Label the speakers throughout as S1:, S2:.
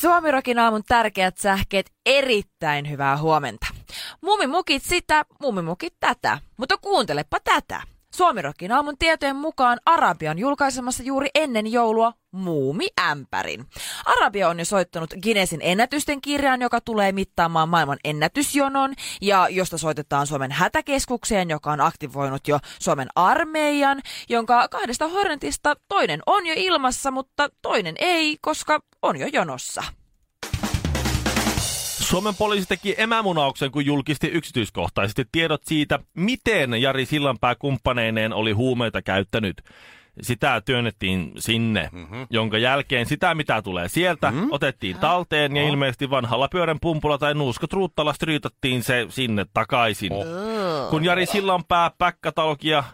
S1: Suomirokin aamun tärkeät sähkeet, erittäin hyvää huomenta. Mumimukit sitä, mumimukit tätä, mutta kuuntelepa tätä. Suomirokin aamun tietojen mukaan Arabia on julkaisemassa juuri ennen joulua muumiämpärin. Arabia on jo soittanut Guinnessin ennätysten kirjaan, joka tulee mittaamaan maailman ennätysjonon ja josta soitetaan Suomen hätäkeskukseen, joka on aktivoinut jo Suomen armeijan, jonka kahdesta Hornetista toinen on jo ilmassa, mutta toinen ei, koska on jo jonossa.
S2: Suomen poliisi teki emämunauksen, kun julkisti yksityiskohtaisesti tiedot siitä, miten Jari Sillanpää kumppaneineen oli huumeita käyttänyt. Sitä työnnettiin sinne, mm-hmm. jonka jälkeen sitä, mitä tulee sieltä, mm-hmm. otettiin talteen ja ilmeisesti vanhalla pyörän pumpulla tai nuuskatruuttalla striitattiin se sinne takaisin. Oh. Kun Jari Sillanpää päkkätalogia, äh,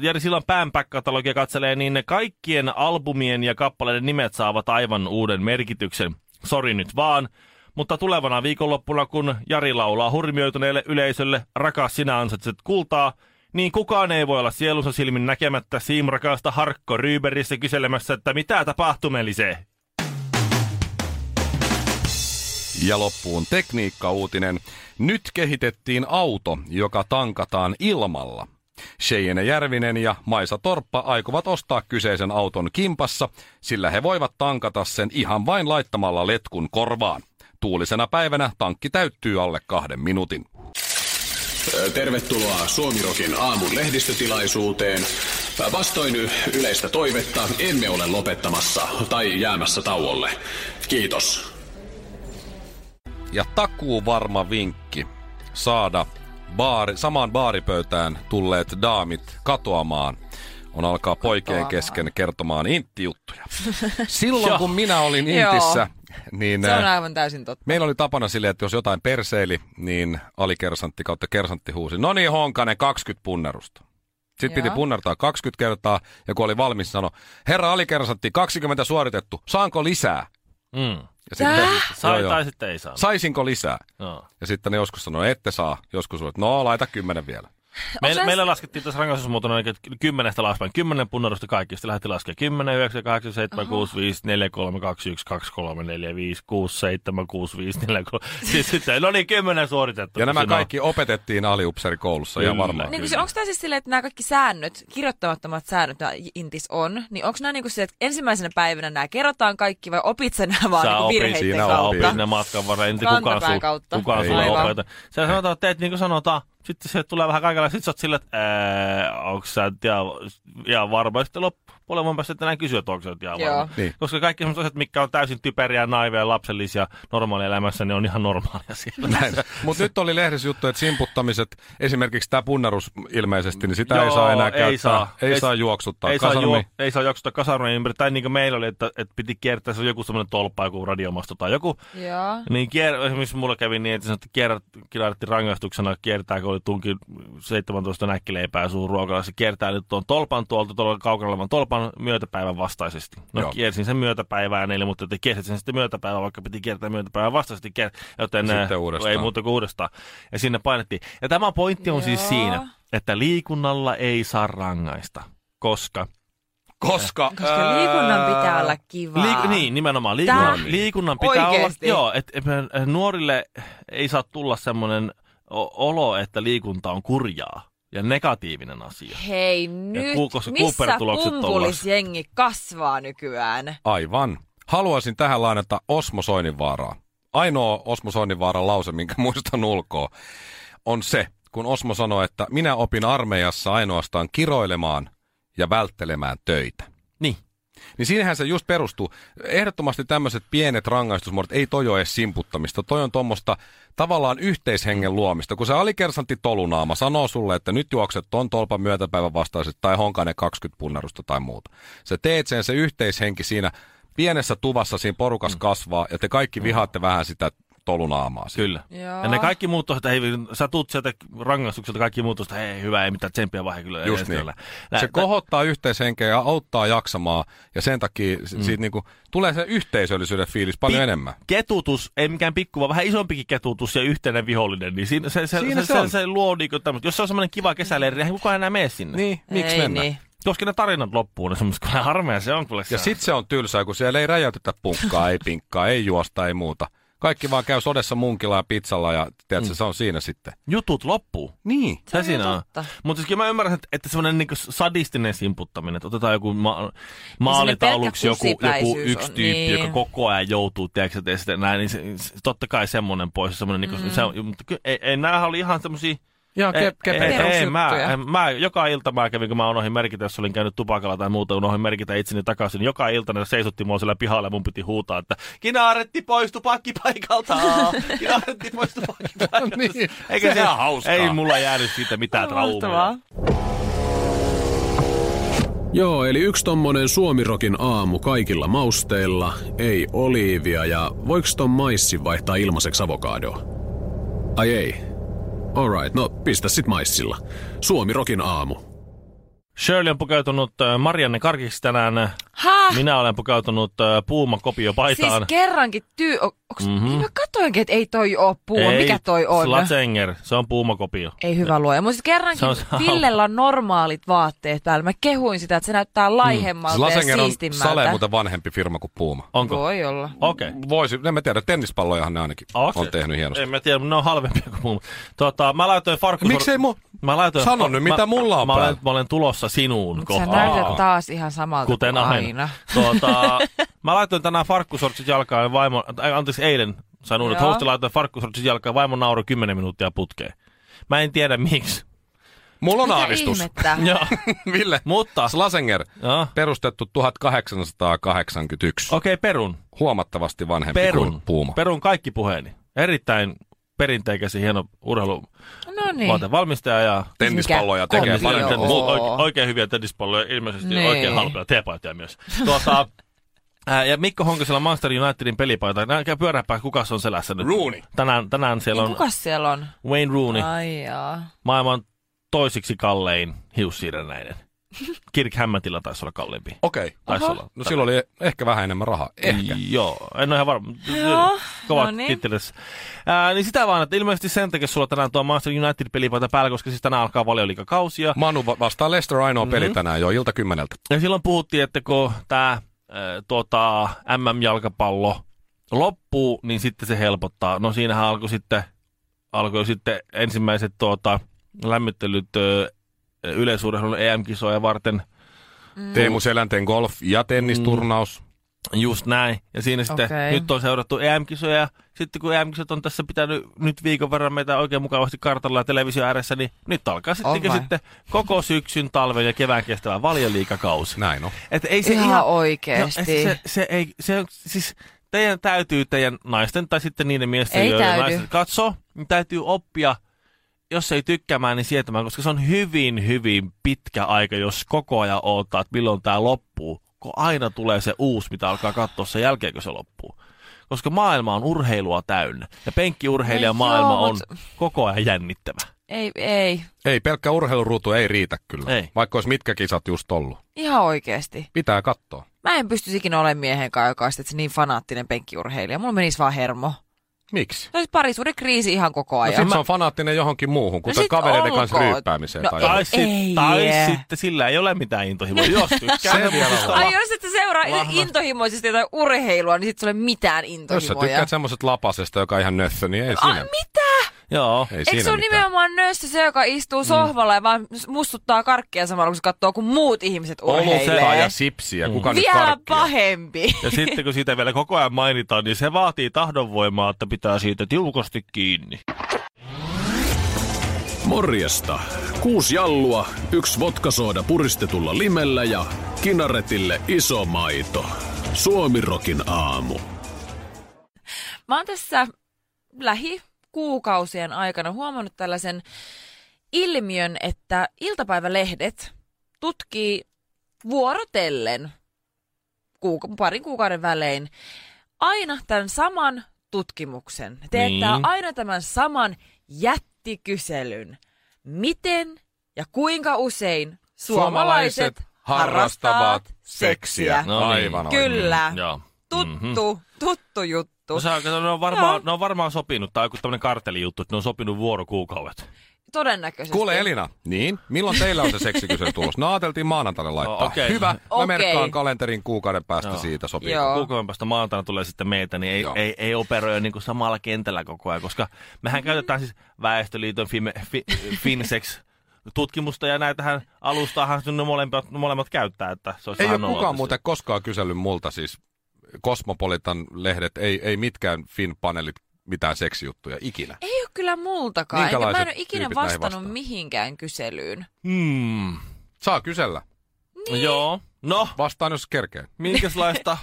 S2: Jari Sillanpään päkkätalogia katselee, niin ne kaikkien albumien ja kappaleiden nimet saavat aivan uuden merkityksen. Sori nyt vaan, mutta tulevana viikonloppuna, kun Jari laulaa hurmioituneelle yleisölle Rakas sinä ansaitset kultaa, niin kukaan ei voi olla sielunsa silmin näkemättä siimrakasta Harkko Ryyberissä kyselemässä, että mitä tapahtumelisee.
S3: Ja loppuun tekniikka-uutinen. Nyt kehitettiin auto, joka tankataan ilmalla. Sheijene Järvinen ja Maisa Torppa aikovat ostaa kyseisen auton kimpassa, sillä he voivat tankata sen ihan vain laittamalla letkun korvaan. Tuulisena päivänä tankki täyttyy alle kahden minuutin.
S4: Tervetuloa Suomirokin aamun lehdistötilaisuuteen. Vastoin yleistä toivetta emme ole lopettamassa tai jäämässä tauolle. Kiitos.
S3: Ja takuu varma vinkki saada baari, samaan baaripöytään tulleet daamit katoamaan on alkaa poikien kesken kertomaan inttijuttuja. Silloin kun minä olin intissä, niin
S1: Se on aivan täysin totta.
S3: meillä oli tapana silleen, että jos jotain perseili, niin alikersantti kautta kersantti huusi, no niin Honkanen, 20 punnerusta. Sitten
S1: Joo.
S3: piti punnertaa 20 kertaa, ja kun oli valmis, sanoi, herra alikersantti, 20 suoritettu, saanko lisää?
S2: Mm.
S3: Ja
S1: Tää?
S2: Sai
S3: joo,
S2: tai
S3: joo.
S2: sitten ei saa.
S3: Saisinko lisää?
S2: Joo.
S3: Ja sitten ne joskus sanoi, ette saa. Joskus sanoi, että no laita kymmenen vielä.
S2: Meillä,
S1: Onks-
S2: meillä laskettiin tässä rangaistusmuotona niin, että kymmenestä alaspäin. Kymmenen punnarusta kaikki. Sitten lähdettiin laskemaan 10, 9, 8, 7, 6, 5, 4, 3, 2, 1, 2, 3, 4, 5, 6, 7, 6, 5, 4, 3. Siis sitten, no niin, kymmenen suoritettu.
S3: Ja nämä
S2: Siinä on-
S3: kaikki opetettiin aliupseerikoulussa ihan
S2: Kyllä.
S3: varmaan.
S1: Niin,
S2: Kyllä.
S1: siis onko tämä siis silleen, että nämä kaikki säännöt, kirjoittamattomat säännöt, joita Intis on, niin onko nämä niinku se, että ensimmäisenä päivänä nämä kerrotaan kaikki vai opit sä nämä vaan
S2: Sä
S1: niinku
S2: opit,
S1: virheiden
S3: siinä
S1: kautta?
S3: opit.
S2: Opin ne matkan varrella, ei niitä kukaan,
S1: Rantapään
S2: sul,
S1: kautta.
S2: kukaan
S3: Ei.
S2: sulle
S3: Aivan.
S2: opeta. Sä sanotaan, että teet niin kuin sanotaan, sitten se tulee vähän kaikenlaista, sit sä oot sillä, että ää, onks sä nyt ihan, ihan varma, ja sitten loppupuolen voin päästä tänään kysyä, että onko sä nyt ihan
S1: Joo.
S2: varma.
S3: Niin.
S2: Koska kaikki sellaiset asiat, mitkä on täysin typeriä, naiveja, lapsellisia normaalielämässä, ne on ihan normaalia siellä.
S3: Näin. Mutta nyt oli lehdessä juttu, että simputtamiset, esimerkiksi tämä punnerus ilmeisesti, niin sitä ei
S2: Joo,
S3: saa enää käyttää.
S2: ei saa.
S3: ei,
S2: Ei-
S3: saa juoksuttaa.
S2: Ei saa,
S3: Kasarmi-
S2: juo, ei saa jaksota kasarmeen ympäri. Tai niin kuin meillä oli, että, että piti kiertää se joku semmoinen tolppa, joku radiomasto tai joku.
S1: Joo.
S2: Niin kier, esimerkiksi mulla kävi niin, että, se sanoi, että kierrät, kierrätti rangaistuksena kiertää, kun oli tunkin 17 näkkileipää suun ruokalla. Se kiertää nyt tuon tolpan tuolta, tuolla kaukana olevan tolpan myötäpäivän vastaisesti. No
S3: Joo.
S2: Joo. kiersin sen myötäpäivään, eli mutta te kiersit sen sitten myötäpäivän, vaikka piti kiertää myötäpäivän vastaisesti. kier- Joten
S3: Sitten
S2: ää,
S3: uudestaan.
S2: ei muuta kuin uudestaan. Ja sinne painettiin. Ja tämä pointti on Joo.
S1: Joo.
S2: siis siinä, että liikunnalla ei saa rangaista, koska
S3: Koska,
S1: Koska liikunnan pitää olla kivaa.
S2: Liik- niin, nimenomaan.
S1: Tää-
S2: Liikunnan, liikunnan pitää
S1: Oikeesti?
S2: olla. Joo, että nuorille ei saa tulla semmoinen o- olo, että liikunta on kurjaa ja negatiivinen asia.
S1: Hei nyt,
S2: ku- koska
S1: missä
S2: Cooper-tulokset on
S1: pumpulisjengi kasvaa nykyään?
S3: Aivan. Haluaisin tähän lainata Osmo Soininvaaraa. Ainoa Osmo Soininvaaran lause, minkä muistan ulkoa, on se, kun Osmo sanoi, että minä opin armeijassa ainoastaan kiroilemaan ja välttelemään töitä.
S2: Niin.
S3: Niin siinähän se just perustuu. Ehdottomasti tämmöiset pienet rangaistusmuodot, ei toi ole edes simputtamista. Toi on tuommoista tavallaan yhteishengen luomista. Kun se alikersantti tolunaama sanoo sulle, että nyt juokset ton tolpan myötäpäivän vastaiset tai honkainen 20 punnarusta tai muuta. Sä teet sen se yhteishenki siinä pienessä tuvassa siinä porukas kasvaa ja te kaikki vihaatte vähän sitä tolunaamaa. siinä.
S2: Kyllä.
S1: Joo.
S2: Ja ne kaikki muut on, että hei, sä tuut sieltä rangaistukselta, kaikki muut on, että hei, hyvä, ei mitään tsempiä vaihe kyllä.
S3: Just
S2: Ei
S3: niin.
S2: siellä. Nä-
S3: Se kohottaa yhteishenkeä ja auttaa jaksamaan ja sen takia mm. siitä niinku, tulee se yhteisöllisyyden fiilis paljon
S2: Pi-
S3: enemmän.
S2: Ketutus, ei mikään pikku, vaan vähän isompikin ketutus ja yhteinen vihollinen, niin siinä se, se,
S3: Siinä
S2: se,
S3: se on.
S2: se, se luo niinku tämmöistä. Jos se on semmoinen kiva kesäleiri, niin eihän kukaan enää mene sinne.
S3: Niin, miksi
S1: Ei
S3: mennä?
S1: Niin.
S2: Koska ne tarinat loppuu, niin semmoista, kun harmea se on kyllä.
S3: Ja sit se on tylsää, kun siellä ei räjäytetä punkkaa, ei pinkkaa, ei juosta, ei muuta. Kaikki vaan käy sodessa munkilla ja pizzalla ja tiedätkö, mm. se on siinä sitten.
S2: jutut loppuu.
S3: Niin.
S2: Se,
S1: on
S2: siinä
S1: ihan
S2: on.
S1: totta.
S2: Mutta siis kyllä mä ymmärrän, että, että semmoinen niin sadistinen simputtaminen, että otetaan joku ma-
S1: pelkkä
S2: maalitauluksi joku, joku
S1: Niin kusipäisyys
S2: yksi
S1: on,
S2: tyyppi,
S1: niin.
S2: joka koko ajan joutuu, tiedätkö, ja sitten näin, niin se, se, totta kai semmoinen pois. Semmoinen, niin
S1: Mm.
S2: kuin, se, on- mutta kyllä, ei, ei, nämähän e- oli ihan semmoisia
S3: Ihan
S2: ei,
S3: ke- kepeitä.
S2: ei, ei, mä,
S1: Perusjuttuja.
S2: en- mä, joka ilta mä kävin, kun mä unohdin merkitä, jos olin käynyt tupakalla tai muuta, unohdin merkitä itseni takaisin. niin Joka ilta ne seisotti mua siellä pihalla ja mun piti huutaa, että kinaaretti pois tupakki paikalta, kinaaretti pois tupakki paikalta.
S3: Niin,
S2: Eikä
S3: sehän
S2: se,
S3: on hauskaa.
S2: Ei mulla jäänyt siitä mitään traumaa.
S1: Mahtavaa.
S5: Joo, eli yksi tommonen suomirokin aamu kaikilla mausteilla, ei oliivia ja voiks ton maissi vaihtaa ilmaiseksi avokadoa? Ai ei. Alright, no pistä sit maissilla. Suomirokin aamu.
S2: Shirley on pukeutunut äh, Marianne Karkiksi tänään.
S1: Ha!
S2: Minä olen pukeutunut äh, Puuma
S1: Ah! Siis
S2: kopiopaitaan.
S1: kerrankin tyy... o- Onks... Mm-hmm. Mä katoinkin, että ei toi oo puuma. Mikä toi on?
S2: Slatsenger, se on Puuma kopio.
S1: Ei hyvä luoja. Mutta sitten
S2: Se
S1: kerrankin
S2: on sama.
S1: Villellä on normaalit vaatteet päällä. Mä kehuin sitä, että se näyttää laihemmalta
S2: Siis
S1: mm. ja
S3: Lasenger on
S1: siistimmältä.
S3: Sale muuten vanhempi firma kuin Puuma.
S2: Onko?
S1: Voi olla.
S2: Okei. Okay.
S3: Voisi, en mä tiedä, tennispallojahan ne ainakin
S2: Okei.
S3: on tehnyt hienosti.
S2: En mä tiedä, ne on halvempia kuin mulla. Tota, mä laitoin farkku...
S3: Miksei mu-
S2: Mä laitoin...
S3: Sano nyt, mitä mulla on
S2: mä, mä, olen,
S3: päällä.
S2: mä olen tulossa sinuun
S1: Sä
S2: kohta.
S1: näytät taas ihan samalta
S2: Kuten
S1: kuin
S2: aina.
S1: aina.
S2: Tuota, mä laitoin tänään farkkusortsit jalkaan ja vaimo... Ai, anteeksi, eilen sain uudet
S1: Joo.
S2: hostin laitoin farkkusortsit jalkaan ja vaimo nauroi 10 minuuttia putkeen. Mä en tiedä miksi.
S3: Mulla on
S1: Mitä
S3: aavistus.
S1: ihmettä?
S2: Joo.
S3: Ville.
S2: Mutta...
S3: Slasenger,
S2: Joo.
S3: perustettu 1881.
S2: Okei, okay, perun.
S3: Huomattavasti vanhempi kuin
S2: Perun.
S3: Puuma.
S2: Perun kaikki puheeni. Erittäin perinteikäs ja hieno urheilu.
S1: No niin.
S2: Valmistaja ja
S3: Siis Tennispalloja
S1: Mikä
S3: tekee
S2: Oikein,
S1: kombio
S3: paljon.
S2: paljon
S3: kuin
S1: on?
S3: Puuma.
S2: tennis, oike, oikein hyviä tennispalloja, ilmeisesti
S1: Niin.
S2: niin. oikein halpoja teepaitoja myös. Tuota, ää, ja Mikko Honkasella Manchester Unitedin pelipaita. Näkää pyöräpää, kuka se on selässä nyt?
S3: Rooney.
S2: Tänään, tänään siellä
S1: Niin
S2: on Niin.
S1: kukas siellä on?
S2: Wayne Rooney,
S1: Ai jaa.
S2: maailman toisiksi kallein hiussiirrennäinen. Kirk Hämmätillä taisi olla kalliimpi.
S3: Okei. Okay.
S2: Taisi olla.
S3: No silloin oli ehkä vähän enemmän rahaa. Ehkä.
S2: Joo, en ole ihan varma.
S1: Joo,
S2: Kovat
S1: no niin.
S2: tittelis. Ää, niin sitä vaan, että ilmeisesti sen takia sulla tänään tuo Manchester United-pelipaita päällä, koska siis tänään alkaa valioliikakausi ja
S3: Manu va- vastaa Lester ainoa peli mm-hmm. tänään jo ilta kymmeneltä.
S2: Ja silloin puhuttiin, että kun tämä tota, MM-jalkapallo loppuu, niin sitten se helpottaa. No siinähän alkoi sitten, alkoi sitten ensimmäiset tuota, lämmittelyt ö, yleisurheilun EM-kisoja varten.
S3: Mm. Teemu Selänteen golf- ja tennisturnaus.
S2: Just näin. Ja siinä sitten
S1: Okei.
S2: okay. nyt on seurattu EM-kisoja. ja Sitten kun EM-kisat on tässä pitänyt nyt viikon verran meitä oikein mukavasti kartalla ja televisio ääressä, niin nyt alkaa sittenkin
S1: vai?
S2: sitten koko syksyn, talven ja kevään kestävä valioliikakausi.
S3: Näin on.
S2: Et ei se
S1: Ihan
S2: ihan
S1: oikeesti.
S2: No, siis se, se, ei, se, on- siis teidän täytyy teidän naisten tai sitten niiden miesten,
S1: Ei
S2: joiden
S1: täydy.
S2: naiset katsoo, niin täytyy oppia, jos ei tykkäämään, niin sietämään, koska se on hyvin, hyvin pitkä aika, jos koko ajan odottaa, että milloin tämä loppuu, kun aina tulee se uusi, mitä alkaa katsoa sen jälkeen, kun se loppuu. Koska maailma on urheilua täynnä ja
S1: No
S2: penkkiurheilijan maailma
S1: joo,
S2: on
S1: mut-
S2: koko ajan jännittävä.
S1: Ei, ei.
S3: Ei, pelkkä urheiluruutu ei riitä kyllä.
S2: Ei.
S3: Vaikka olisi mitkä kisat just ollut.
S1: Ihan oikeesti.
S3: Pitää katsoa.
S1: Mä en pystyisi ikinä olemaan miehen kanssa, joka olisi niin fanaattinen penkkiurheilija. Mulla menisi vaan hermo.
S3: Miksi?
S1: No siis parisuuden kriisi ihan koko
S3: No
S1: ajan.
S3: sit se on fanaattinen johonkin muuhun, kuten
S1: No sit
S3: kavereiden
S1: olkoon.
S3: kanssa ryyppäämiseen.
S1: No
S3: tai
S1: ei.
S3: johonkin.
S2: Tai,
S1: ei.
S2: sit, tai sitten sillä ei ole mitään intohimoa, jos tykkää. niin
S3: Se vielä
S2: mutta-
S3: on.
S1: Ai jos et sä seuraa
S2: Lahna.
S1: intohimoisesti jotain urheilua, niin sit sulla ei ole mitään
S3: Jos sä
S1: intohimoja.
S3: tykkäät semmoset lapasesta, joka on ihan nössö, niin ei
S1: Ah,
S3: siinä.
S1: mitä?
S2: Joo.
S3: Ei
S1: Eikö se
S3: siinä
S1: ole
S3: mitään. Mm.
S1: nimenomaan nössö se, joka istuu sohvalla ja vaan mustuttaa karkkia samalla, kun se katsoo, kun muut ihmiset
S3: Olutta
S1: urheilee?
S3: ja sipsiä, kuka nyt
S1: Vielä
S3: karkkia?
S1: pahempi.
S2: Ja sitten kun siitä vielä koko ajan mainitaan, niin se vaatii tahdonvoimaa, että pitää siitä tiukasti kiinni.
S5: Morjesta.
S6: Kuusi jallua, yksi vodkasooda puristetulla limellä ja kinaretille iso maito. Suomirokin aamu.
S1: Mä oon tässä lähikuukausien aikana huomannut tällaisen ilmiön, että iltapäivälehdet tutkii vuorotellen kuuk- parin kuukauden välein aina tämän saman tutkimuksen. Ne Teettää
S2: Niin.
S1: aina tämän saman jättikyselyn. Miten ja kuinka usein suomalaiset, harrastavat seksiä?
S2: No niin.
S3: Aivan oikein.
S1: Kyllä.
S2: Joo.
S1: Tuttu, tuttu juttu.
S2: No, se, on- ne, on varmaan,
S1: Joo.
S2: ne on varmaan sopinut, tai joku tämmöinen kartelijuttu, että ne on sopinut vuorokuukaudet.
S1: Todennäköisesti.
S3: Kuule Elina, niin? Milloin teillä on se seksikysely tulos? No ajateltiin maanantaina laittaa.
S2: Oh, okei.
S3: Hyvä, mä
S1: Okei.
S3: merkkaan kalenterin kuukauden päästä
S2: Joo.
S3: siitä sopii.
S1: Joo.
S2: Kuukauden päästä maantaina tulee sitten meitä, niin ei,
S3: Joo.
S2: ei, ei operoi niin kuin samalla kentällä koko ajan, koska mehän käytetään siis Väestöliiton Fime, fi, Finsex tutkimusta ja näitähän alustaahan ne molemmat, molemmat käyttää. Että se olisi
S3: Ei ole
S2: ihan
S3: kukaan
S2: nolotus.
S3: muuten koskaan kysellyt multa, siis Kosmopolitan lehdet, ei, ei mitkään Fin-paneelit mitään seksijuttuja ikinä.
S1: Ei ole kyllä multakaan. Eikä mä en ole
S3: Minkälaiset
S1: ikinä
S3: tyypit näihin
S1: vastannut
S3: vastaa?
S1: mihinkään kyselyyn.
S2: Hmm.
S3: Saa kysellä.
S2: Niin. Joo. No,
S3: Vastaan jos kerkee.
S2: minkälaista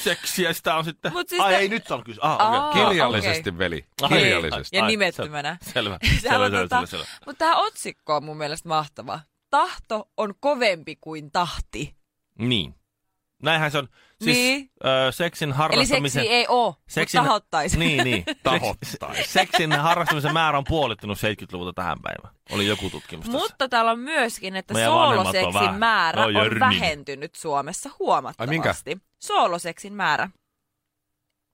S2: seksiä sitä on sitten?
S1: Mut siis
S2: Ai
S1: tä-
S2: ei, nyt se on kyse. Ah, okei.
S1: Aa,
S3: Kirjallisesti,
S1: okei.
S3: veli.
S2: Ai,
S3: Kirjallisesti.
S1: Ja
S2: Ai,
S1: nimettömänä.
S2: Selvä.
S1: Täällä
S2: Selvä,
S1: on
S2: selvä,
S1: tota-
S2: selvä, selvä.
S1: Mutta tämä otsikko on mun mielestä mahtava. Tahto on kovempi kuin tahti.
S2: Niin. Näinhän se on. Siis
S1: Niin.
S2: ö, seksin
S1: Eli
S2: harrastamisen...
S1: seksi ei oo, seksin... mutta tahottaisi.
S2: Niin, niin.
S3: Tahottaisi.
S2: Seks- Seksin harrastamisen määrä on puolittunut 70-luvulta tähän päivään. Oli joku tutkimus tässä.
S1: Mutta täällä on myöskin, että
S2: Meidän vanhemmat on
S1: sooloseksin
S2: vähän-
S1: määrä
S2: ne
S1: on,
S2: on jörninyt.
S1: vähentynyt Suomessa huomattavasti. Ai minkä? Sooloseksin määrä.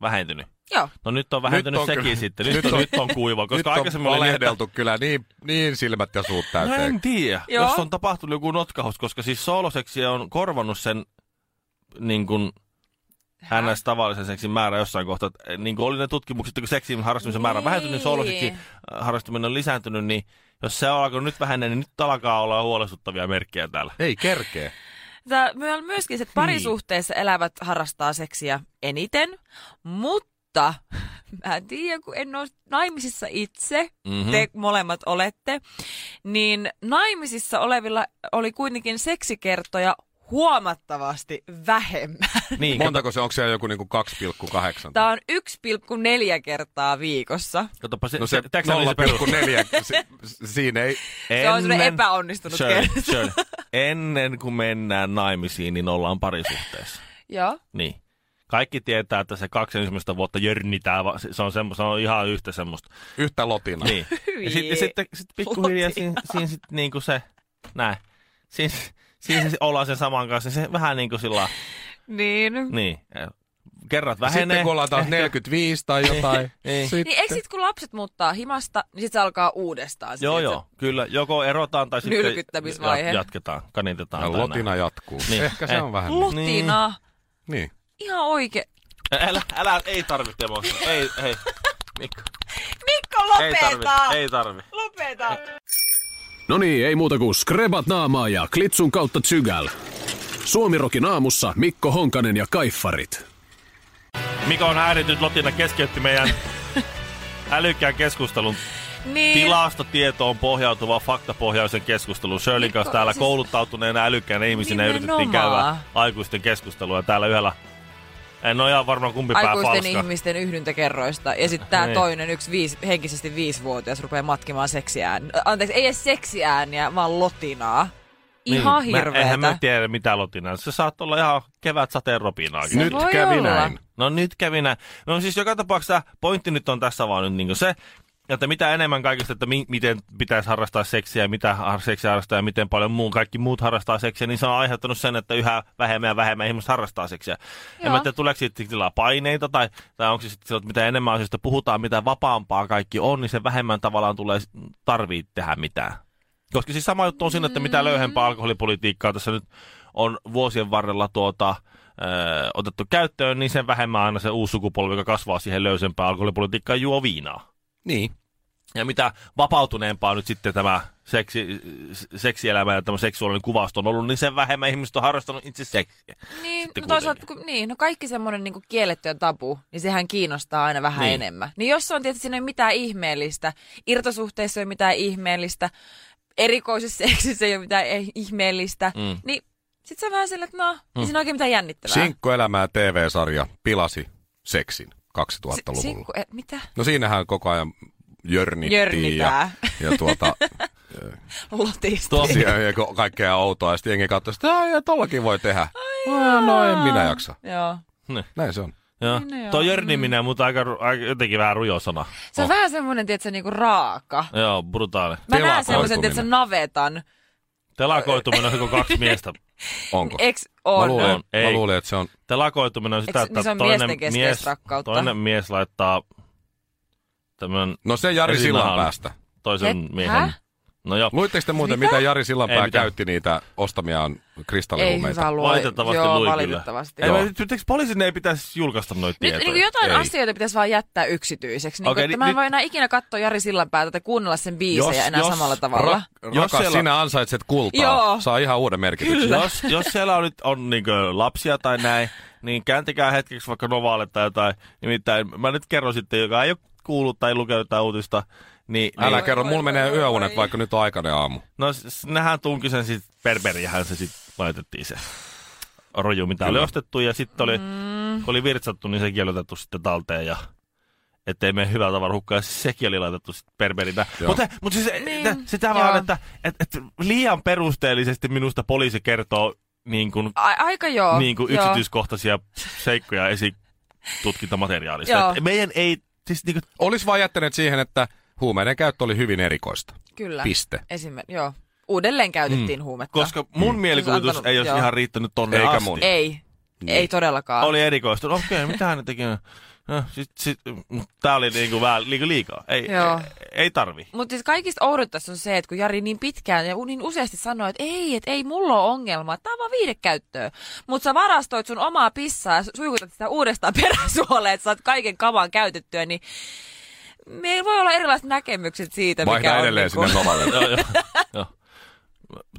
S2: Vähentynyt.
S1: Joo.
S2: No nyt on vähentynyt
S3: on
S2: sekin
S3: kyllä-
S2: sitten. Nyt, nyt, on, nyt on kuiva,
S3: Nyt
S2: koska
S3: on
S2: aikaisemmin oli niin, että-
S3: valehdeltu kyllä niin, niin silmät ja suut
S2: No
S3: täyteen.
S2: en tiedä,
S1: Joo.
S2: jos on tapahtunut joku notkahus, koska siis sooloseksi on korvannut sen niin kuin ns. tavallisen seksin määrä jossain kohtaa. Et, Niin kuin oli ne tutkimukset, että kun seksin harrastamisen määrä on vähentynyt, niin
S1: Niin.
S2: sooloseksi harrastaminen on lisääntynyt, niin jos se on alkanut nyt vähenee, niin nyt alkaa olla huolestuttavia merkkejä täällä.
S3: Ei kerkee.
S1: Tää myö- myöskin se, että parisuhteessa elävät harrastaa seksiä eniten, mutta mä en tiedä, kun en ole naimisissa itse,
S2: Mhm.
S1: mm-hmm. te molemmat olette, niin naimisissa olevilla oli kuitenkin seksikertoja huomattavasti vähemmän.
S2: Niin, Monta...
S3: Montako se, onko siellä joku niinku 2,8?
S1: Tämä on 1,4 kertaa viikossa.
S2: katsopa se,
S3: No se
S2: tiedätkö sä, oli se perus-
S3: 0,4, si- si- siinä ei,
S1: Se on semmoinen
S2: Ennen-
S1: epäonnistunut
S2: Shirley,
S1: kerta.
S2: Shirley. Ennen kuin mennään naimisiin, niin ollaan parisuhteessa.
S1: Joo.
S2: Niin. Kaikki tietää, että se kaksi ensimmäistä vuotta jörnitää, va- se se on, semmo, se on ihan yhtä semmoista.
S3: yhtä lotina.
S2: Niin. Ja sitten sit, sit pikkuhiljaa siinä, siinä sit niinku se, näin. Siis, siinä se ollaan sen saman kanssa, se vähän niin kuin sillä
S1: Niin. niin.
S2: niin. Kerrat vähenee.
S3: Sitten kun ollaan taas 45 tai jotain.
S2: Niin.
S3: sit-
S1: Niin eikö sit, kun lapset muuttaa himasta, niin sit se alkaa uudestaan. se,
S2: Joo,
S1: tiedätkö?
S2: joo, kyllä. Joko erotaan tai sitten
S1: Nylkyttämisvaihe.
S2: jat- jatketaan, kanitetaan.
S3: Ja
S2: tai
S3: lotina jatkuu.
S2: Niin.
S3: Niin. Ehkä se
S2: Eh.
S3: on vähän. niin.
S1: Lutina. Niin.
S3: Niin.
S1: Ihan oikein.
S2: näin. Älä, älä, ei tarvitse emosta. Ei, hei. Mikko,
S1: Mikko,
S2: ei tarvi,
S1: lopeta!
S2: ei tarvi.
S1: Lopeta!
S5: No niin, ei muuta kuin skrebat naamaa ja klitsun kautta tsygäl. Suomirokin aamussa Mikko Honkanen ja Kaiffarit.
S2: Mika on häirinyt Lotina keskeytti meidän älykkään keskustelun.
S1: Niin.
S2: Tilastotietoon pohjautuva faktapohjaisen keskustelun. Shirley kanssa
S1: Mikko,
S2: täällä
S1: siis-
S2: kouluttautuneena älykkään ihmisinä yritettiin
S1: Nimenomaan.
S2: käydä aikuisten keskustelua. Täällä yhdellä, en ole ihan varmaan kumpi pää
S1: Aikuisten
S2: falska.
S1: ihmisten yhdyntäkerroista. Ja sitten tämä
S2: Niin.
S1: toinen, yksi viisi, henkisesti viisivuotias, rupeaa matkimaan seksiään. Ö, Anteeksi, ei edes seksiääniä, vaan lotinaa. Ihan niin.
S2: Mä- Eihän mä
S1: hirveetä.
S2: tiedä mitä Lotina. Se saat olla ihan kevät sateen ropinaakin.
S1: Se
S3: Nyt
S1: voi
S3: kävi
S1: olla.
S3: näin.
S2: No nyt kävi näin. No siis joka tapauksessa pointti nyt on tässä vaan nyt niin se, että mitä enemmän kaikista, että mi- miten pitäisi harrastaa seksiä, mitä har- seksiä harrastaa ja miten paljon muun, kaikki muut harrastaa seksiä, niin se on aiheuttanut sen, että yhä vähemmän ja vähemmän ihmiset harrastaa seksiä. En
S1: Joo.
S2: mä tiedä, tuleeko siitä sillä paineita tai, tai onko se sitten, sillä, että mitä enemmän asioista puhutaan, mitä vapaampaa kaikki on, niin se vähemmän tavallaan tulee tarvii tehdä mitään. Koska siis sama juttu on siinä, että
S1: Mm-hmm.
S2: mitä löyhempää alkoholipolitiikkaa tässä nyt on vuosien varrella tuota, ö, otettu käyttöön, niin sen vähemmän aina se uusi sukupolvi, joka kasvaa siihen löysempään alkoholipolitiikkaan, juo viinaa.
S3: Niin.
S2: Ja mitä vapautuneempaa nyt sitten tämä seksi, s- seksielämä ja tämä seksuaalinen kuvasto on ollut, niin sen vähemmän ihmiset on harrastanut itse seksiä.
S1: Niin,
S2: sitten
S1: no toisaalta, kun, niin, no kaikki semmoinen niin kielletty ja tabu, niin sehän kiinnostaa aina vähän
S2: Niin.
S1: niin. enemmän. Niin jos se on tietysti, siinä ei ole mitään ihmeellistä, irtosuhteissa ei ole mitään ihmeellistä, erikoisessa seksissä ei ole mitään eh- ihmeellistä,
S2: Mm.
S1: mm. niin sit se on vähän sillä, että no, mm. ei siinä oikein mitään jännittävää.
S3: Sinkkuelämää TV-sarja pilasi seksin
S1: Si-
S3: 2000-luvulla.
S1: sinkku- eh, mitä?
S3: No siinähän koko ajan jörnittiin.
S1: Jörnitää.
S3: Ja, ja tuota,
S1: Lotista.
S3: Tosia ja ko- kaikkea outoa. Ja sitten jengi katsoi, että "Ai, ja tollakin voi tehdä. Ai no en minä jaksa.
S1: Joo.
S3: Näin se on.
S2: Joo.
S1: Niin, no joo.
S2: Tuo jörniminen on mutta aika, ru- aika, jotenkin vähän rujo sana.
S1: Se on oh. vähän semmoinen, tiedätkö, niinku raaka.
S2: Joo, brutaali.
S1: Mä
S3: Telakoituminen.
S1: näen semmoisen, tiedätkö, navetan.
S2: Telakoituminen on kuin kaksi miestä.
S3: Onko?
S1: Eks
S3: Mä
S1: on?
S3: luulen,
S2: On, ei.
S3: mä luulen, että se on
S2: Telakoituminen on sitä,
S1: Eiks-
S2: että
S1: niin se on
S2: toinen,
S1: miesten keskeistä
S2: mies,
S1: rakkautta?
S2: toinen mies laittaa tämän
S3: No se Jari
S2: Esinahan.
S3: Sillanpäästä.
S2: toisen
S1: Het-
S2: miehen.
S1: Häh?
S2: No joo,
S3: Luitteko te muuten, mitä, Jari
S2: Ei
S3: Sillanpää
S2: mitään.
S3: käytti niitä ostamiaan
S1: Ei
S3: kristallihuumeita?
S1: hyvä luo.
S2: valitettavasti
S1: Joo,
S2: lui kyllä.
S1: valitettavasti.
S2: Ei,
S3: Joo.
S2: mä- nyt- Eikö poliisin ei pitäisi julkaista noita
S1: Nyt
S2: tietoja?
S1: niin jotain
S3: Ei.
S1: ei. asioita pitäisi vaan jättää yksityiseksi. Niin
S2: Okei,
S1: okay, että
S2: ni-
S1: mä en
S2: nyt-
S1: voi enää ikinä katsoa Jari Sillanpäätä tai kuunnella sen biisejä
S2: Jos-
S1: enää
S2: jos
S1: samalla
S2: ra-
S1: tavalla.
S3: Ra-
S2: Jos
S3: Rakas,
S2: siellä-
S3: sinä ansaitset kultaa.
S1: Joo.
S3: Saa ihan uuden merkityksen.
S2: Jos, jos siellä on nyt on niin lapsia tai näin, niin kääntäkää hetkeksi vaikka Novaalle tai jotain. Nimittäin mä nyt kerron sitten, joka ei ole kuullut tai lukenut jotain uutista, niin,
S3: Älä
S2: niin
S3: kerro, mulla menee yöunet, vaikka nyt on aikainen aamu.
S2: no s- nehän tunki sen sitten, perberiähän se sitten laitettiin se roju, mitä oli ostettu ja sitten oli, mm. oli virtsattu, niin sekin oli otettu sitten talteen ja ettei mene hyvää tavara hukkaan. Ja siis sekin oli laitettu sitten berberinä.
S3: Joo.
S2: Mutta, mutta siis niin,
S1: Niin,
S2: sitä vaan,
S1: joo.
S2: että et, et liian perusteellisesti minusta poliisi kertoo niin kuin
S1: Ai, aika joo.
S2: niin kuin
S1: joo.
S2: yksityiskohtaisia seikkoja esitutkintamateriaalista.
S1: Joo.
S2: Et meidän ei, siis niin kuin,
S3: Olis vaan jättänyt siihen, että huumeiden käyttö oli hyvin erikoista.
S1: Kyllä.
S3: Piste.
S1: Esim- joo. Uudelleen käytettiin mm. huumetta.
S2: koska mun mm. mielikuvitus
S1: Siis antanut-
S2: ei olisi
S1: joo.
S2: ihan riittänyt tonne
S3: Niin. Eikä
S2: asti.
S3: mun.
S1: Ei. Niin. Ei todellakaan.
S2: Oli erikoista. No Okei, okay, mitä hän teki? No, sit, sit, mut tää oli niinku vähän niinku liikaa. Ei,
S1: Joo.
S2: ei, ei tarvi.
S1: Mutta siis kaikista oudot tässä on se, että kun Jari niin pitkään ja niin useasti sanoi, että ei, että ei mulla ole ongelmaa, tämä on vaan viidekäyttöä. Mutta sä varastoit sun omaa pissaa ja suikutat sitä uudestaan peräsuoleen, että saat kaiken kaman käytettyä, niin meillä voi olla erilaiset näkemykset siitä, mikä
S3: Vaihda
S1: on
S3: edelleen
S1: niinku-
S3: sinne novalle.
S2: joo, joo, joo.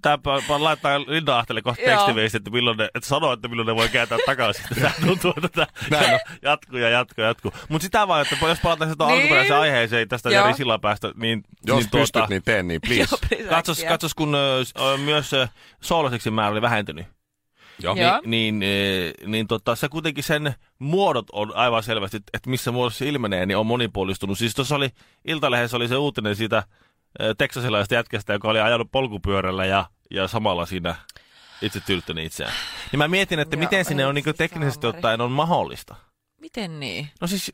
S2: Tää pa- pa- laittaa Linda Ahtelle kohta
S1: Joo.
S2: tekstiviesti, että milloin ne, että sanoo, että milloin ne voi kääntää takaisin. Tää tuntuu, että tää
S3: Näin on.
S2: jatkuu ja jatkuu ja jatkuu. Mut sitä vaan, että jos palataan tuohon
S1: Niin.
S2: alkuperäiseen aiheeseen tästä
S1: Joo.
S2: Jari Sillanpäästä, niin,
S3: Jos
S2: niin
S3: pystyt, niin tee niin, please.
S1: tuota. Joo,
S2: Katsos,
S1: äkkiä.
S2: katsos, kun ö, s- ö, myös ö, sooloseksi määrä oli vähentynyt,
S3: Joo.
S1: Joo.
S2: niin, ö, niin tota, se kuitenkin sen muodot on aivan selvästi, että et missä muodossa se ilmenee, niin on monipuolistunut. Siis tuossa oli, Iltalehdessä oli se uutinen siitä ö, teksasilaisesta jätkästä, joka oli ajanut polkupyörällä ja, ja samalla siinä itse tyydyttänyt itseään. Niin mä mietin, että
S1: Joo,
S2: miten sinne
S1: ei
S2: on niin
S1: siis
S2: teknisesti
S1: saamari.
S2: ottaen on mahdollista.
S1: Miten niin?
S2: No siis,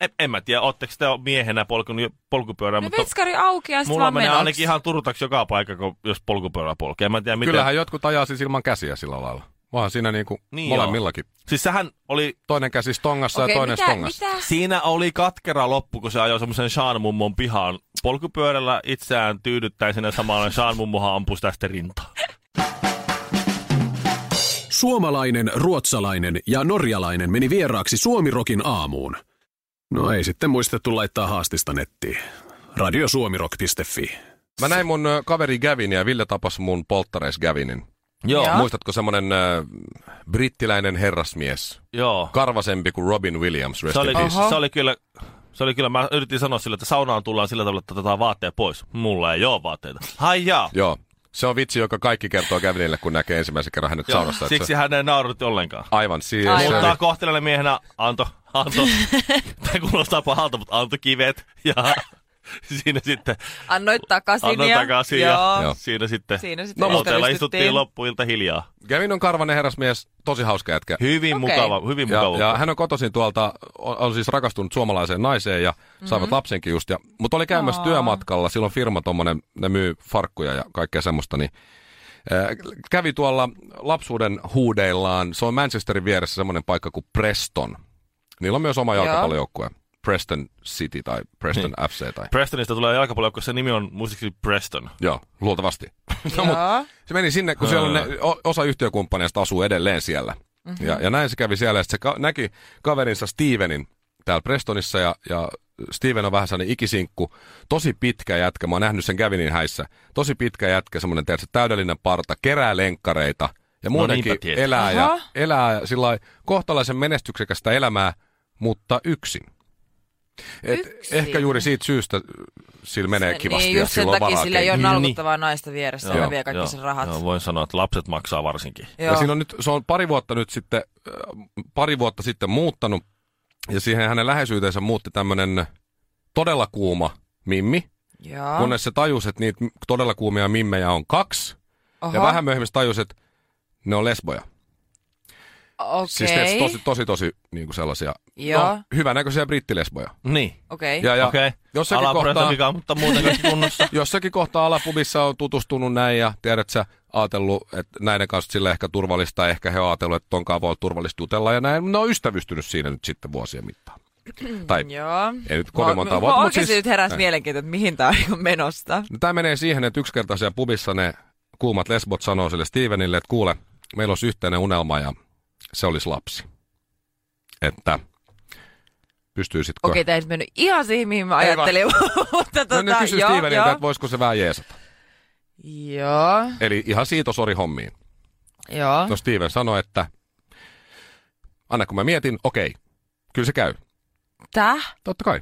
S2: en, en mä tiedä, ootteko te miehenä polkunut polkupyörää,
S1: No
S2: mutta...
S1: vetskari auki ja sitten
S2: Mulla
S1: vaan
S2: menee
S1: menoksi.
S2: ainakin ihan turutaksi joka paikka, kun, jos polkupyörä polkee. Mä en tiedä, miten.
S3: Kyllähän jotkut ajaa siis ilman käsiä sillä lailla. Vaan siinä niinku
S2: Niin
S3: molemmillakin.
S2: Siis sähän oli,
S3: Toinen käsi stongassa ja
S1: Okei,
S3: toinen
S1: mitä,
S3: stongassa.
S1: mitä?
S2: siinä oli katkera loppu, kun se ajoi semmoisen Sean mummon pihaan polkupyörällä itseään tyydyttäen sinne samalla Sean mummohan ampui tästä rintaa.
S5: Suomalainen, ruotsalainen ja norjalainen meni vieraaksi Suomirokin aamuun. No ei sitten muistettu laittaa haastista nettiin. Radiosuomirok.fi.
S3: Mä näin mun ö, kaveri Gavin ja Ville tapas mun polttareis Gavinin.
S2: Joo,
S1: Joo.
S2: joo.
S3: Muistatko semmonen ö, brittiläinen herrasmies?
S2: joo.
S3: Karvasempi kuin Robin Williams. Rest
S2: Se,
S3: in
S2: oli, siis-
S3: peace.
S1: Oho.
S2: se oli kyllä... Se oli kyllä, mä yritin sanoa sillä, että saunaan tullaan sillä tavalla, että otetaan vaatteet pois. Mulla ei ole vaatteita. Hai jaa.
S3: Joo. Se on vitsi, joka kaikki kertoo Gavinille, kun näkee ensimmäisen kerran hänet
S2: Joo.
S3: saunassa. että
S2: Siksi hän ei naurutti ollenkaan.
S3: se- Aivan siis.
S1: Aivan.
S3: se
S2: Mutta
S3: oli-
S2: kohtelainen miehenä anto, anto, tämä kuulostaa pahalta, mutta anto kivet ja siinä sitten
S1: Annoit takaisin.
S2: anno
S1: ja-
S2: takaisin
S1: Joo.
S2: ja,
S3: Joo.
S2: siinä sitten,
S1: Siinä sitten
S2: no,
S1: ystävystyttiin.
S2: mutta istuttiin loppuilta hiljaa.
S3: Gavin on karvanen herrasmies, tosi hauska jätkä.
S2: Hyvin
S1: Okei.
S2: mukava, hyvin
S3: Ja,
S2: mukava.
S3: ja hän on kotoisin tuolta, on, on siis rakastunut suomalaiseen naiseen ja mm-hmm. saivat lapsenkin just. Ja, mutta oli käymässä
S1: Aa.
S3: työmatkalla, silloin firma tommonen, ne myy farkkuja ja kaikkea semmoista, niin ää, kävi tuolla lapsuuden huudeillaan, se on Manchesterin vieressä semmoinen paikka kuin Preston. Niillä on myös oma
S1: Joo.
S3: jalkapallojoukkue. Preston City tai Preston niin. FC tai...
S2: Prestonista tulee jalkapallo, koska se nimi on muistaakseni Preston.
S3: Joo, luultavasti. No,
S1: Joo.
S3: mut se meni sinne, kun siellä on ne, o- osa yhtiökumppaneista asuu edelleen siellä.
S1: Mhm.
S3: Mm-hmm. Ja, ja näin se kävi siellä. Ja sit se ka- näki kaverinsa Stevenin täällä Prestonissa ja, ja Steven on vähän sellainen ikisinkku, tosi pitkä jätkä, mä oon nähnyt sen Gavinin häissä, tosi pitkä jätkä, semmoinen tiedätkö, täydellinen parta, kerää lenkkareita ja muutenkin
S2: No niinpä tietysti.
S3: elää, ja,
S1: Aha.
S3: elää ja sillä lailla kohtalaisen menestyksekästä elämää, mutta yksin. Et
S1: Yksin.
S3: Ehkä juuri siitä syystä äh, sillä menee kivasti
S1: Niin,
S3: ja
S1: just sen
S3: sillä on
S1: takia
S3: varaa
S1: sillä ei ole
S2: kehittää.
S1: nalkuttavaa naista vieressä,
S3: niin. Joo,
S1: joka vie kaikki sen rahat.
S2: Joo, voin sanoa, että lapset maksaa varsinkin.
S3: Ja siinä on nyt, se on pari vuotta nyt sitten, äh, pari vuotta sitten muuttanut, ja siihen hänen läheisyyteensä muutti tämmöinen todella kuuma Mimmi,
S1: Joo.
S3: kunnes se tajus, että niitä todella kuumia mimmejä on kaksi. Oho. Ja vähän myöhemmin se tajus, että ne on lesboja.
S1: okay.
S3: Siis ne tosi, tosi, tosi niin kuin sellaisia
S1: Joo.
S3: hyvänäköisiä brittilesboja.
S2: Niin.
S1: Okei. Okay.
S3: Ja, ja
S2: Okei.
S3: jossakin,
S2: Alapuolelta
S3: kohtaa,
S2: Vika, mutta muuten kaikki kunnossa.
S3: jossakin kohtaa alapubissa on tutustunut näin ja tiedät sä, ajatellut, että näiden kanssa on sille ehkä turvallista, ehkä he on ajatellut, että tonkaan voi olla turvallista jutella ja näin. Ne on ystävystynyt siinä nyt sitten vuosien mittaan. tai
S1: Joo.
S3: ei nyt kovin monta vuotta,
S1: Mä
S3: mut
S1: oikeasti
S3: siis-
S1: nyt heräsi
S3: Näin.
S1: mielenkiinto, että mihin tää on niinku menosta.
S3: No, tämä menee siihen, että yksikertaisia pubissa ne kuumat lesbot sanoo sille Stevenille, että kuule, meillä olisi yhteinen unelma ja se olisi lapsi. Että pystyisitkö...
S1: Okei, okay, tämä ei nyt mennyt ihan siihen, mihin mä
S3: Ei vaan.
S1: ajattelin, mutta tota,
S3: no, ne kysyi
S1: joo, joo.
S3: Steveniltä, että voisiko se vähän jeesata.
S1: Joo,
S3: Eli ihan siitosori hommiin.
S1: joo.
S3: No Steven sanoi, että anna kun mä mietin, okei, kyllä se käy.
S1: Täh?
S3: Totta kai.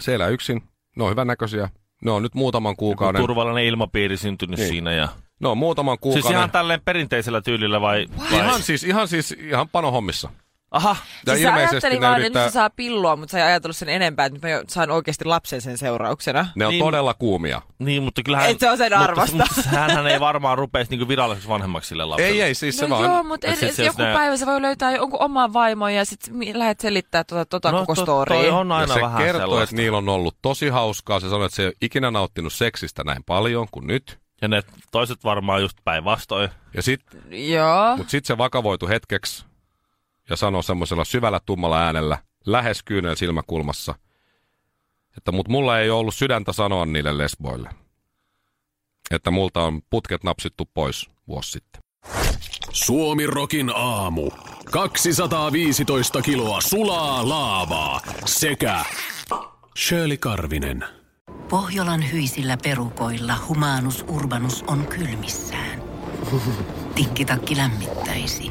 S3: Se elää yksin, ne on hyvännäköisiä, ne on nyt muutaman kuukauden,
S2: Turvallinen ilmapiiri syntynyt
S3: Niin.
S2: niin. siinä. Ja...
S3: ne on muutaman kuukauden.
S2: Siis ihan tälleen perinteisellä tyylillä vai? vai?
S3: ihan siis, ihan siis, ihan panohommissa.
S2: Aha.
S3: Ja
S1: siis sä
S3: ilmeisesti
S1: ajattelin
S3: ne
S1: vaan, että
S3: yrittää,
S1: nyt se saa pilloa, mutta sä ei ajatellut sen enempää, että nyt mä jo saan oikeasti lapsen sen seurauksena.
S3: ne on
S2: Niin.
S3: todella kuumia.
S2: Niin, mutta kyllähän...
S1: Et se on sen arvosta.
S2: Mutta, mutta hänhän ei varmaan rupeisi niinku viralliseksi vanhemmaksi sille lapselle.
S3: Ei, ei, siis se
S1: no
S3: vaan...
S1: joo, mutta
S2: Et
S1: edes,
S2: sit
S1: edes
S2: jos
S1: joku
S2: ne-
S1: päivä sä voi löytää jonkun oman vaimon ja sit mi- lähet selittää tota, tota no, koko
S2: to-
S1: storia.
S2: Toi on
S3: ja
S2: aina
S3: se
S2: vähän
S3: kertoo,
S2: sellaista.
S3: että niillä on ollut tosi hauskaa. Se sanoi, että se ei ole ikinä nauttinut seksistä näin paljon kuin nyt.
S2: Ja ne toiset varmaan just päinvastoin.
S3: Ja sit,
S1: Joo.
S3: mut sit se vakavoitu hetkeksi ja sanoi semmoisella syvällä tummalla äänellä, lähes kyynel silmäkulmassa, että mut mulla ei ole ollut sydäntä sanoa niille lesboille. Että multa on putket napsittu pois vuosi sitten.
S6: Suomi Rokin aamu. 215 kiloa sulaa laavaa sekä Shirley Karvinen.
S7: Pohjolan hyisillä perukoilla humanus urbanus on kylmissään. Tikkitakki lämmittäisi.